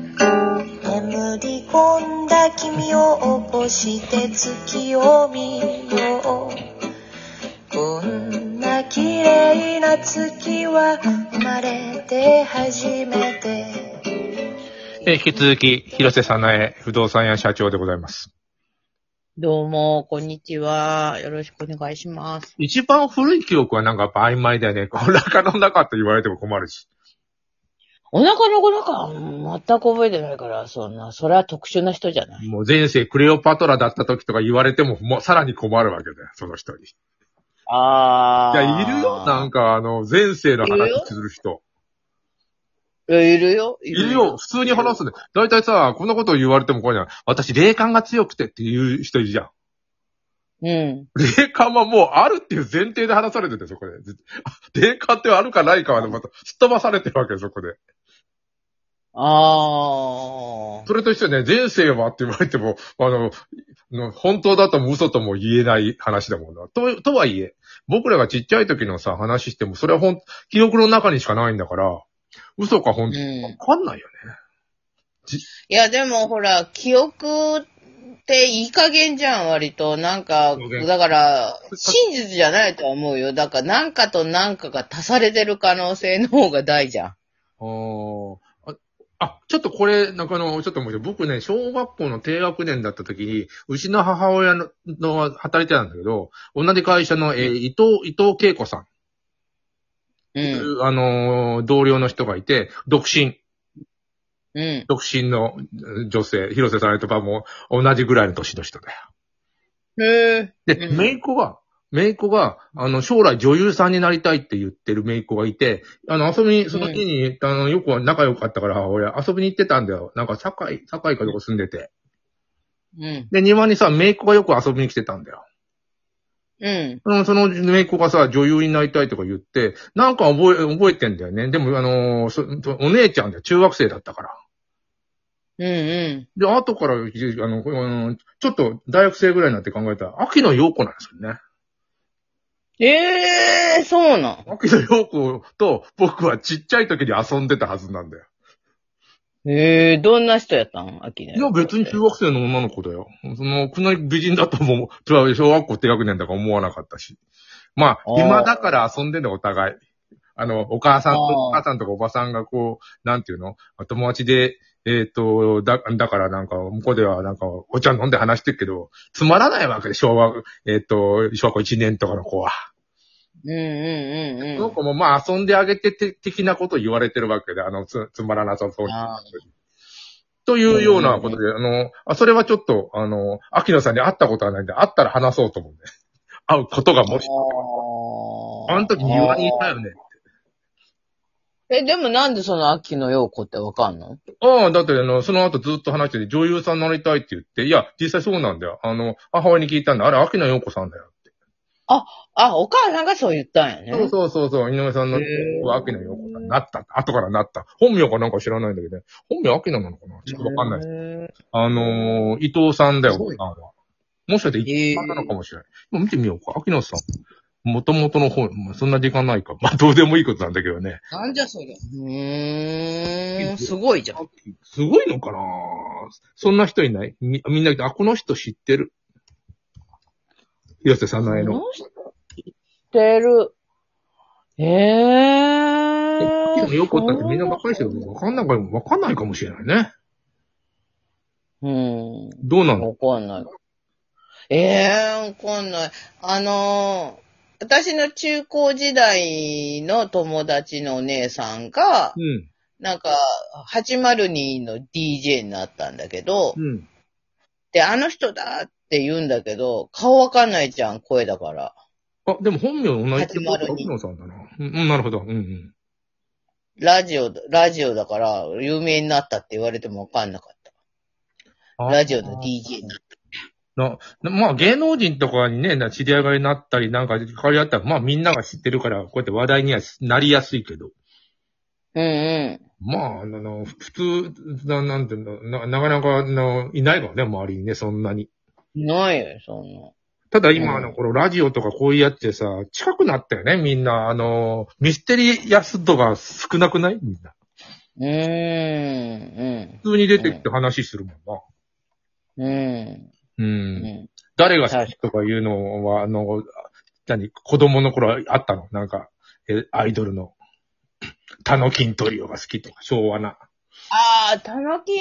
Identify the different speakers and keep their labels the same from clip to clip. Speaker 1: 眠り込んだ君を起こして月を見ようこんな綺麗な月は生まれて初めて
Speaker 2: えー引き続き、広瀬さなえ、不動産屋社長でございます。
Speaker 3: どうも、こんにちは。よろしくお願いします。
Speaker 2: 一番古い記憶はなんかやっぱ曖昧だよね。 お腹の中って言われても困るし。
Speaker 3: お腹の子なんかうん全く覚えてないから、そんな、それは特殊な人じゃない。
Speaker 2: もう前世クレオパトラだった時とか言われても、もうさらに困るわけだよ、その人に。い
Speaker 3: あ
Speaker 2: や、いるよ、なんかあの、前世の話する人。
Speaker 3: いやいるよ。い
Speaker 2: いるよ、。普通に話すね。だいたいさ、こんなこと言われても困るじゃん。私、霊感が強くてっていう人いるじゃん。
Speaker 3: うん。
Speaker 2: 霊感はもうあるっていう前提で話されてて、そこで。霊感ってあるかないかはね、また、すっ飛ばされてるわけよ、そこで。
Speaker 3: あ
Speaker 2: それと一緒でね、前世はって言われても、あの、の本当だとも嘘とも言えない話だもんな。と、とはいえ、僕らがちっちゃい時のさ、話しても、それはほん、記憶の中にしかないんだから、嘘か
Speaker 3: ー。
Speaker 2: 本
Speaker 3: う
Speaker 2: 当
Speaker 3: ん。
Speaker 2: かわかんないよね。
Speaker 3: いや、でもほら、記憶っていい加減じゃん、割と。なんか
Speaker 2: いい加、減
Speaker 3: だから、真実じゃないとは思うよ。だから、なんかとなんかが足されてる可能性の方が大じゃん。
Speaker 2: ああ、ちょっとこれ、なんかあの、ちょっともう僕ね、小学校の低学年だった時に、うちの母親の、の働いてたんだけど、同じ会社の、えー伊藤、伊藤恵子さん、
Speaker 3: うん。
Speaker 2: あのー同僚の人がいて、独身。
Speaker 3: うん。
Speaker 2: 独身のうん女性、広瀬さんとかも同じぐらいの年の人だよ。
Speaker 3: へえ。
Speaker 2: で、
Speaker 3: うん
Speaker 2: 姪っ子が、姪っ子が、あの、将来女優さんになりたいって言ってる姪っ子がいて、あの、遊びに、その日に、あの、よく仲良かったから、俺、遊びに行ってたんだよ。なんか、堺、堺かどこ住んでて。
Speaker 3: うん。
Speaker 2: で、庭にさ、姪っ子がよく遊びに来てたんだよ。
Speaker 3: うん。
Speaker 2: うん、その姪っ子がさ、女優になりたいとか言って、なんか覚え、覚えてんだよね。でも、あのーそそお姉ちゃんだよ。中学生だったから。
Speaker 3: うんう
Speaker 2: で、後から、あの、これあのちょっと大学生ぐらいになって考えたら、秋野陽子なんですよね。
Speaker 3: ん。ええー、そうなん。
Speaker 2: 秋野陽子と僕はちっちゃい時に遊んでたはずなんだよ。
Speaker 3: ええー、どんな人やったん秋ね。
Speaker 2: いや、別に中学生の女の子だよ。その、こんなに美人だとも、 小学校低学年だから思わなかったし。ま
Speaker 3: あ、
Speaker 2: あ
Speaker 3: ー
Speaker 2: 暇だから遊んでんだよ、お互い。あの、お母さんと、
Speaker 3: あー
Speaker 2: お母さんとかおばさんがこう、なんていうの友達で、えっ、と、だ、だからなんか、向こうではなんか、お茶飲んで話してるけど、つまらないわけで、小学、えっ、と、小学校1年とかの子は。
Speaker 3: うんうんうん
Speaker 2: その
Speaker 3: うん。
Speaker 2: 子もまあ遊んであげてて、的なことを言われてるわけで、あの、つ、つまらなさそうに。
Speaker 3: あ
Speaker 2: というようなことで、あの、あ、それはちょっと、あの、秋野さんに会ったことはないんで、会ったら話そうと思うんで。 会うことがもし、
Speaker 3: あ
Speaker 2: あの時庭にいたよね。
Speaker 3: え、でもなんでその秋の陽子ってわかんの
Speaker 2: ああ、だって、あの、その後ずっと話してて、女優さんになりたいって言って、いや、実際そうなんだよ。あの、母親に聞いたんだ。あれ、秋野陽子さんだよって。
Speaker 3: あ、お母さんがそう言ったんやね。
Speaker 2: そうそうそうそう、井上さんの
Speaker 3: へえ
Speaker 2: は秋野陽子さんになった。後からなった。本名かなんか知らないんだけどね。本名秋野なのかなちょっとわかんない。
Speaker 3: い。
Speaker 2: あのー伊藤さんだよ、
Speaker 3: すごい
Speaker 2: あのもしかして一番なのかもしれない。でも見てみようか。秋野さん。もともとの方、まあそんな時間ないか。まあ、どうでもいいことなんだけどね。
Speaker 3: なんじゃそれ。うーん、すごいじゃん。
Speaker 2: すごいのかなそんな人いないみみんな、あ、この人知ってる。広瀬さなえの。
Speaker 3: 知ってる。ええー。
Speaker 2: 秋野陽子ったってみんな若い人だけどわかんないかも、わかんないかもしれないね。
Speaker 3: うん。
Speaker 2: どうなの
Speaker 3: わかんない。ええわかんない。あのー私の中高時代の友達のお姉さんが
Speaker 2: う、ん。
Speaker 3: なんか、802の DJ になったんだけど、
Speaker 2: うん。
Speaker 3: で、あの人だって言うんだけど、顔わかんないじゃん、声だから。
Speaker 2: あ、でも本名同じ
Speaker 3: 802
Speaker 2: 秋野さんだな。うんうん、なるほど。うんうん。
Speaker 3: ラジオ、ラジオだから、有名になったって言われてもわかんなかった。ラジオの DJ になっ
Speaker 2: な、なまあ芸能人とかにね、な知り合いがなったりなんか関わりあったら、まあみんなが知ってるから、こうやって話題にはなりやすいけど。
Speaker 3: た。うんうん。
Speaker 2: まあ、あの、普通、ななんていうの、ななかなかあのいないからね、周りにね、そんなに。
Speaker 3: ないよ、そんな。
Speaker 2: ただ今、あ
Speaker 3: う
Speaker 2: の、
Speaker 3: ん
Speaker 2: このラジオとかこういうやつでさ、近くなったよね、みんな。あの、ミステリアス度が少なくないみんな。
Speaker 3: うーん、
Speaker 2: 普通に出てきて話するもんな。
Speaker 3: うん、う、
Speaker 2: うんん。
Speaker 3: う
Speaker 2: 誰が好きとかいうのは、あの、何、子供の頃あったのなんか、え、アイドルの、タノキントリオが好きとか、昭和な。
Speaker 3: ああ、たのき、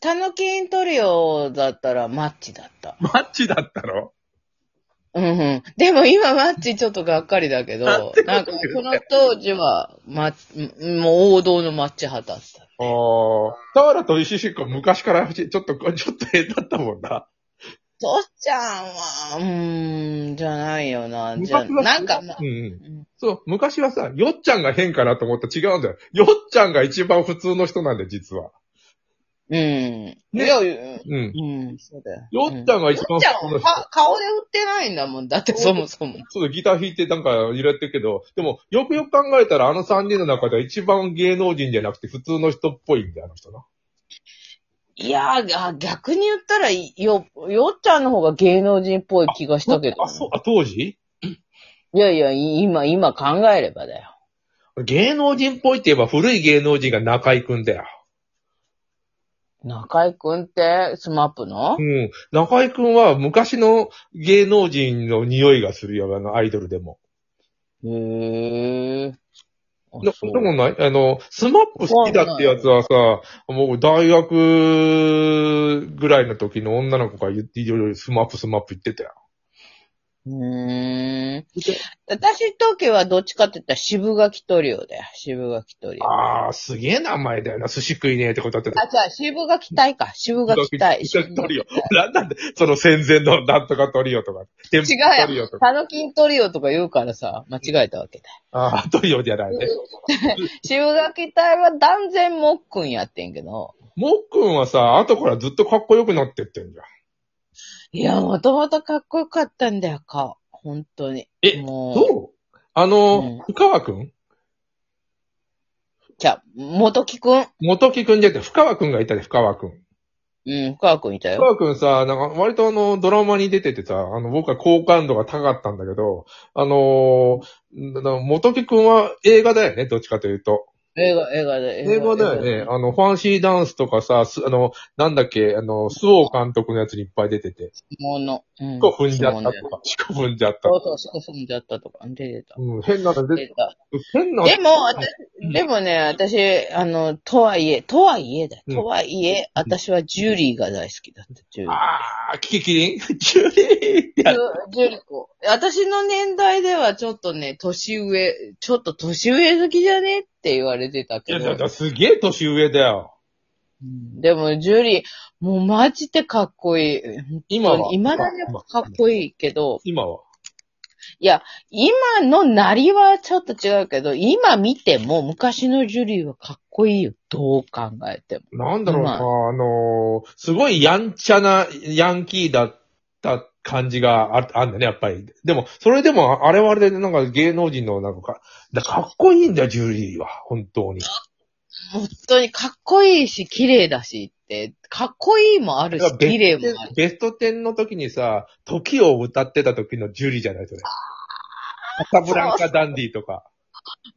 Speaker 3: たのきんトリオだったらマッチだった。
Speaker 2: マッチだったろ
Speaker 3: うんうん。でも今マッチちょっとがっかりだけど、
Speaker 2: あってこと
Speaker 3: なんかその当時は、マッチ、もう王道のマッチ派だった。
Speaker 2: ああ。タワラと石シコ昔からちょっと、ちょっと変だったもんな。
Speaker 3: とっちゃんは、うーん、じゃないよな。じ
Speaker 2: 昔
Speaker 3: ゃ、
Speaker 2: は
Speaker 3: なんかまあ
Speaker 2: うん、うん。
Speaker 3: うん
Speaker 2: そう、昔はさ、よっちゃんが変かなと思ったら違うんだよ。よっちゃんが一番普通の人なんだよ、実は。
Speaker 3: うん。い
Speaker 2: ね
Speaker 3: や、うん
Speaker 2: うん。
Speaker 3: うん、そうだよ。
Speaker 2: よっちゃんが一
Speaker 3: よ
Speaker 2: 番
Speaker 3: っちゃん
Speaker 2: 普通の
Speaker 3: は
Speaker 2: 人。
Speaker 3: か顔で売ってないんだもん。だってそもそも。
Speaker 2: そう、ギター弾いてなんか揺れてるけど、でも、よくよく考えたらあの3人の中では一番芸能人じゃなくて普通の人っぽいんだよ、あの人な。
Speaker 3: いやー、あ逆に言ったら、よ、よっちゃんの方が芸能人っぽい気がしたけど。
Speaker 2: あ、そう、あ、当時
Speaker 3: いやいや、い今、今考えればだよ。
Speaker 2: 芸能人っぽいって言えば古い芸能人が中井くんだよ。
Speaker 3: 中井くんって、スマップの
Speaker 2: うん。中井くんは昔の芸能人の匂いがするよ、あの、アイドルでも。
Speaker 3: へー。あ
Speaker 2: で
Speaker 3: そう
Speaker 2: でもない、あの、スマップ好きだってやつはさ、もう大学ぐらいの時の女の子が言って、いろいろスマップスマップ言ってたよ。
Speaker 3: うーん。私の時はどっちかって言ったら渋垣トリオだよ。渋垣トリオ。あ、
Speaker 2: あー、すげえ名前だよな。寿司食いねえってことだってた。
Speaker 3: 違う、渋垣隊か。渋垣隊。
Speaker 2: 渋垣トリオ。 なんなんで、その戦前のなんとかトリオとか。違
Speaker 3: 渋垣違
Speaker 2: ト
Speaker 3: う
Speaker 2: リオ
Speaker 3: や
Speaker 2: と
Speaker 3: ん。
Speaker 2: か。
Speaker 3: タノキントリオとか言うからさ、間違えたわけだよ。
Speaker 2: あー、トリオじゃないね。
Speaker 3: 渋垣隊は断然もっくんやってんけど。
Speaker 2: もっくんはさ、後からずっとかっこよくなってってんじゃん。
Speaker 3: いや、もともとかっこよかったんだよ、顔。本当に。
Speaker 2: え
Speaker 3: も
Speaker 2: どうあの、
Speaker 3: うん
Speaker 2: 深川くん
Speaker 3: じゃあ、元木くん。
Speaker 2: 元木くんじゃなくて、深川くんがいたで、深川くん。
Speaker 3: うん、深川くんいた
Speaker 2: 深
Speaker 3: よ。
Speaker 2: 川くんさ、なんか、割とあの、ドラマに出ててさ、あの、僕は好感度が高かったんだけど、あのー、な元木くんは映画だよね、どっちかというと。
Speaker 3: 映画、映画だよ。
Speaker 2: 映画だよね。。あの、ファンシーダンスとかさ、すあの、なんだっけ、あの、スオ監督のやつにいっぱい出てて、
Speaker 3: もの。うん。
Speaker 2: 四股踏んじゃった
Speaker 3: そう
Speaker 2: とか、四股踏んじゃった
Speaker 3: そ
Speaker 2: と
Speaker 3: う
Speaker 2: か。
Speaker 3: そう、そうそう、じゃったとか、出てた。
Speaker 2: うん、変なの
Speaker 3: 出
Speaker 2: 出て、
Speaker 3: てた。
Speaker 2: 変なの
Speaker 3: でも、私、でもね、私、あの、とはいえ、とはいえだよ。
Speaker 2: うん
Speaker 3: とはいえ、私はジュリーが大好きだった、ジュリー。
Speaker 2: あー、キキキリン ジュリー
Speaker 3: ジュジュリ子。私の年代ではちょっとね、年上、ちょっと年上好きじゃねって言われてた
Speaker 2: い
Speaker 3: け
Speaker 2: や、
Speaker 3: ど
Speaker 2: だ。からすげえ年上だよ。
Speaker 3: うんでも、ジュリー、もうマジでかっこいい。
Speaker 2: 今は
Speaker 3: 未だにやっぱかっこいいけど、
Speaker 2: 今は。
Speaker 3: 今のなりはちょっと違うけど、今見ても昔のジュリーはかっこいいよ。どう考えても。
Speaker 2: なんだろうな、
Speaker 3: う
Speaker 2: あのーすごいやんちゃなヤンキーだった感じがああんだね、やっぱり。でも、それでも、あれはあれで、なんか芸能人のなんかか、だかっこいいんだよ、ジュリーは。本当に。
Speaker 3: 本当にかっこいいし、綺麗だしって、かっこいいもある
Speaker 2: だから
Speaker 3: し、
Speaker 2: ベ
Speaker 3: 綺麗も
Speaker 2: ス
Speaker 3: ある。
Speaker 2: トベスト10の時にさ、時を歌ってた時のジュリーじゃないとね。カサブランカダンディとか。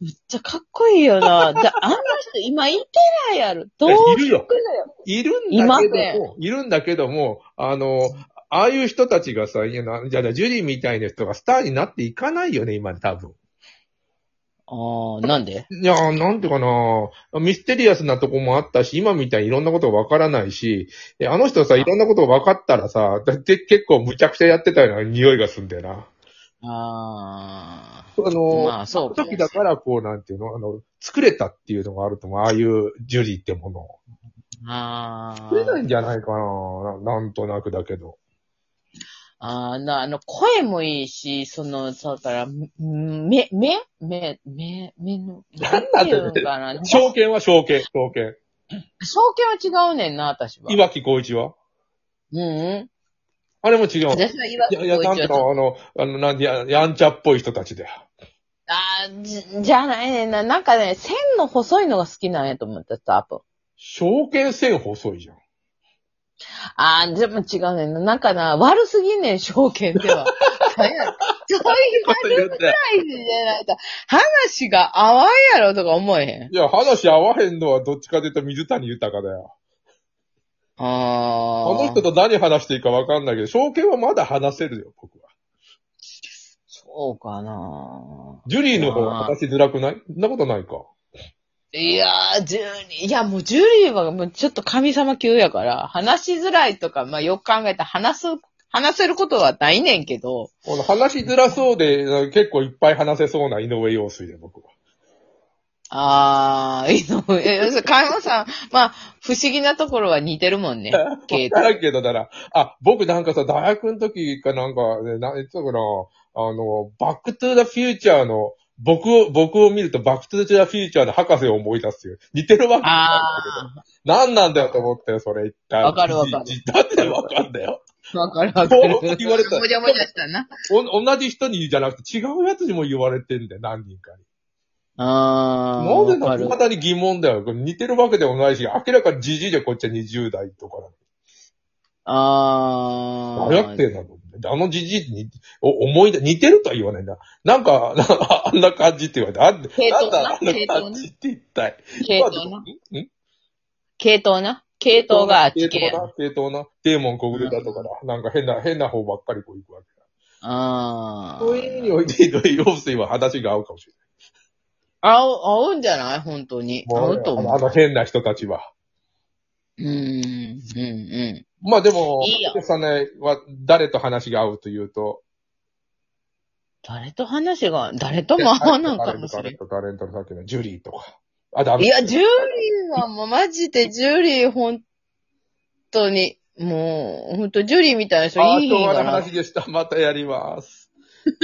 Speaker 3: めっちゃかっこいいよ な。じゃあ、あんな人今いてないやろ。どう
Speaker 2: いるよ
Speaker 3: 聞くのよ。
Speaker 2: いるん
Speaker 3: いま
Speaker 2: だけ
Speaker 3: せ
Speaker 2: ども、いるんだけども、あのーああいう人たちがさ、いやなじゃあ、ジュリーみたいな人がスターになっていかないよね、今、多分。
Speaker 3: ああ、なんで
Speaker 2: いやー、なんていうかなミステリアスなとこもあったし、今みたいにいろんなことわからないし、えあの人さ、いろんなこと分かったらさ、だって結構むちゃくちゃやってたような匂いがすんだよな。
Speaker 3: ああ。
Speaker 2: あの、
Speaker 3: まあ、そうか。
Speaker 2: 時だからこう、なんていうの、あの、作れたっていうのがあると思う、ああいうジュリーってものを。
Speaker 3: ああ。
Speaker 2: 作れないんじゃないかなななんとなくだけど。
Speaker 3: ああ、な、あの、声もいいし、その、そうだから、ん目、目目、目、目の、
Speaker 2: なんだってね
Speaker 3: んかな。証
Speaker 2: 証券は証券、証券。
Speaker 3: 券は違うねんな、私は。
Speaker 2: 岩木光一は
Speaker 3: うんうん。
Speaker 2: あれも違う。い
Speaker 3: 私は岩
Speaker 2: や、いや、なんとか、あの、あの、なんで、ややんちゃっぽい人たちだよ。
Speaker 3: ああ、じ、じゃないねんな。なんかね、線の細いのが好きなんやと思ってた、多分。
Speaker 2: 証券線細いじゃん。
Speaker 3: ああ、でも違うねんな。なんかな、悪すぎんねん、証券では。そういう
Speaker 2: こと言っ
Speaker 3: 大事
Speaker 2: て。
Speaker 3: じゃないと、話が合わんやろとか思えへん。
Speaker 2: いや、話合わへんのはどっちかというと水谷豊だよ。あ
Speaker 3: ああ。
Speaker 2: の人と何話していいかわかんないけど、証券はまだ話せるよ、僕は。
Speaker 3: そうかな
Speaker 2: ジュリーの方が話しづらくないそんなことないか。
Speaker 3: いやー、ジュリー、いやもうジュリーはもうちょっと神様級やから、話しづらいとか、まあよく考えたら話す、話せることはないねんけど、
Speaker 2: この話しづらそうで、結構いっぱい話せそうな井上陽水で、僕は。
Speaker 3: あー、いいの、え、要するに、海保さん、まあ、不思議なところは似てるもんね。系統
Speaker 2: だけどだから、あ、僕なんかさ、大学の時かなんか、ね、な、いつだかな、あの、バックトゥーザフューチャーの、僕を、僕を見るとバックトゥーザフューチャーの博士を思い出すよ。似てるわけ
Speaker 3: あ
Speaker 2: なんなんだよと思ったよ、それ一体。
Speaker 3: わかるわかる
Speaker 2: じだってわかんだよ。
Speaker 3: ー、わかるわか
Speaker 2: ど
Speaker 3: る。
Speaker 2: う言われた
Speaker 3: もじゃもじゃしたな。
Speaker 2: お同じ人にじゃなくて違うやつにも言われてんだよ、何人かに。
Speaker 3: あ
Speaker 2: な
Speaker 3: ー、
Speaker 2: んで
Speaker 3: わか
Speaker 2: なの
Speaker 3: る
Speaker 2: ま。だに疑問だよ。これ似てるわけでもないし、明らかにじじいでこっちは20代とかな
Speaker 3: あー。
Speaker 2: の。大学生なの。あのじじいに、お、思い出、似てるとは言わないんだ。なんか、 なんかあんな感じって言われて、あん
Speaker 3: 系
Speaker 2: なん
Speaker 3: 統な
Speaker 2: だあん
Speaker 3: 系
Speaker 2: な
Speaker 3: 統な
Speaker 2: 感じって一体。
Speaker 3: 系統な。
Speaker 2: んん
Speaker 3: 系統な。系統があっち系
Speaker 2: 系。統な、系統な、デーモン小暮だとかだ。なんか変な、変な方ばっかりこう行くわけだ。
Speaker 3: あ
Speaker 2: そういう意味に
Speaker 3: ー。
Speaker 2: おいて、井上陽水は話が合うかもしれない。
Speaker 3: 合う、合うんじゃない本当に。合
Speaker 2: も
Speaker 3: うと
Speaker 2: うあ
Speaker 3: 思
Speaker 2: の
Speaker 3: う。
Speaker 2: あの変な人たちは。
Speaker 3: うん、うん、うん。
Speaker 2: まあでも、
Speaker 3: いいよ
Speaker 2: さねは誰と話が合うというと、
Speaker 3: 誰と話が、誰とも合わないかもしれ
Speaker 2: 誰と誰と誰とさっきのジュリーとか。あ、だ
Speaker 3: ん。いや、ジュリーはもうマジでジュリー本当に、もう、本当ジュリーみたいな人
Speaker 2: あ、
Speaker 3: いい
Speaker 2: 昭和
Speaker 3: か
Speaker 2: の
Speaker 3: な。
Speaker 2: 話でした。またやります。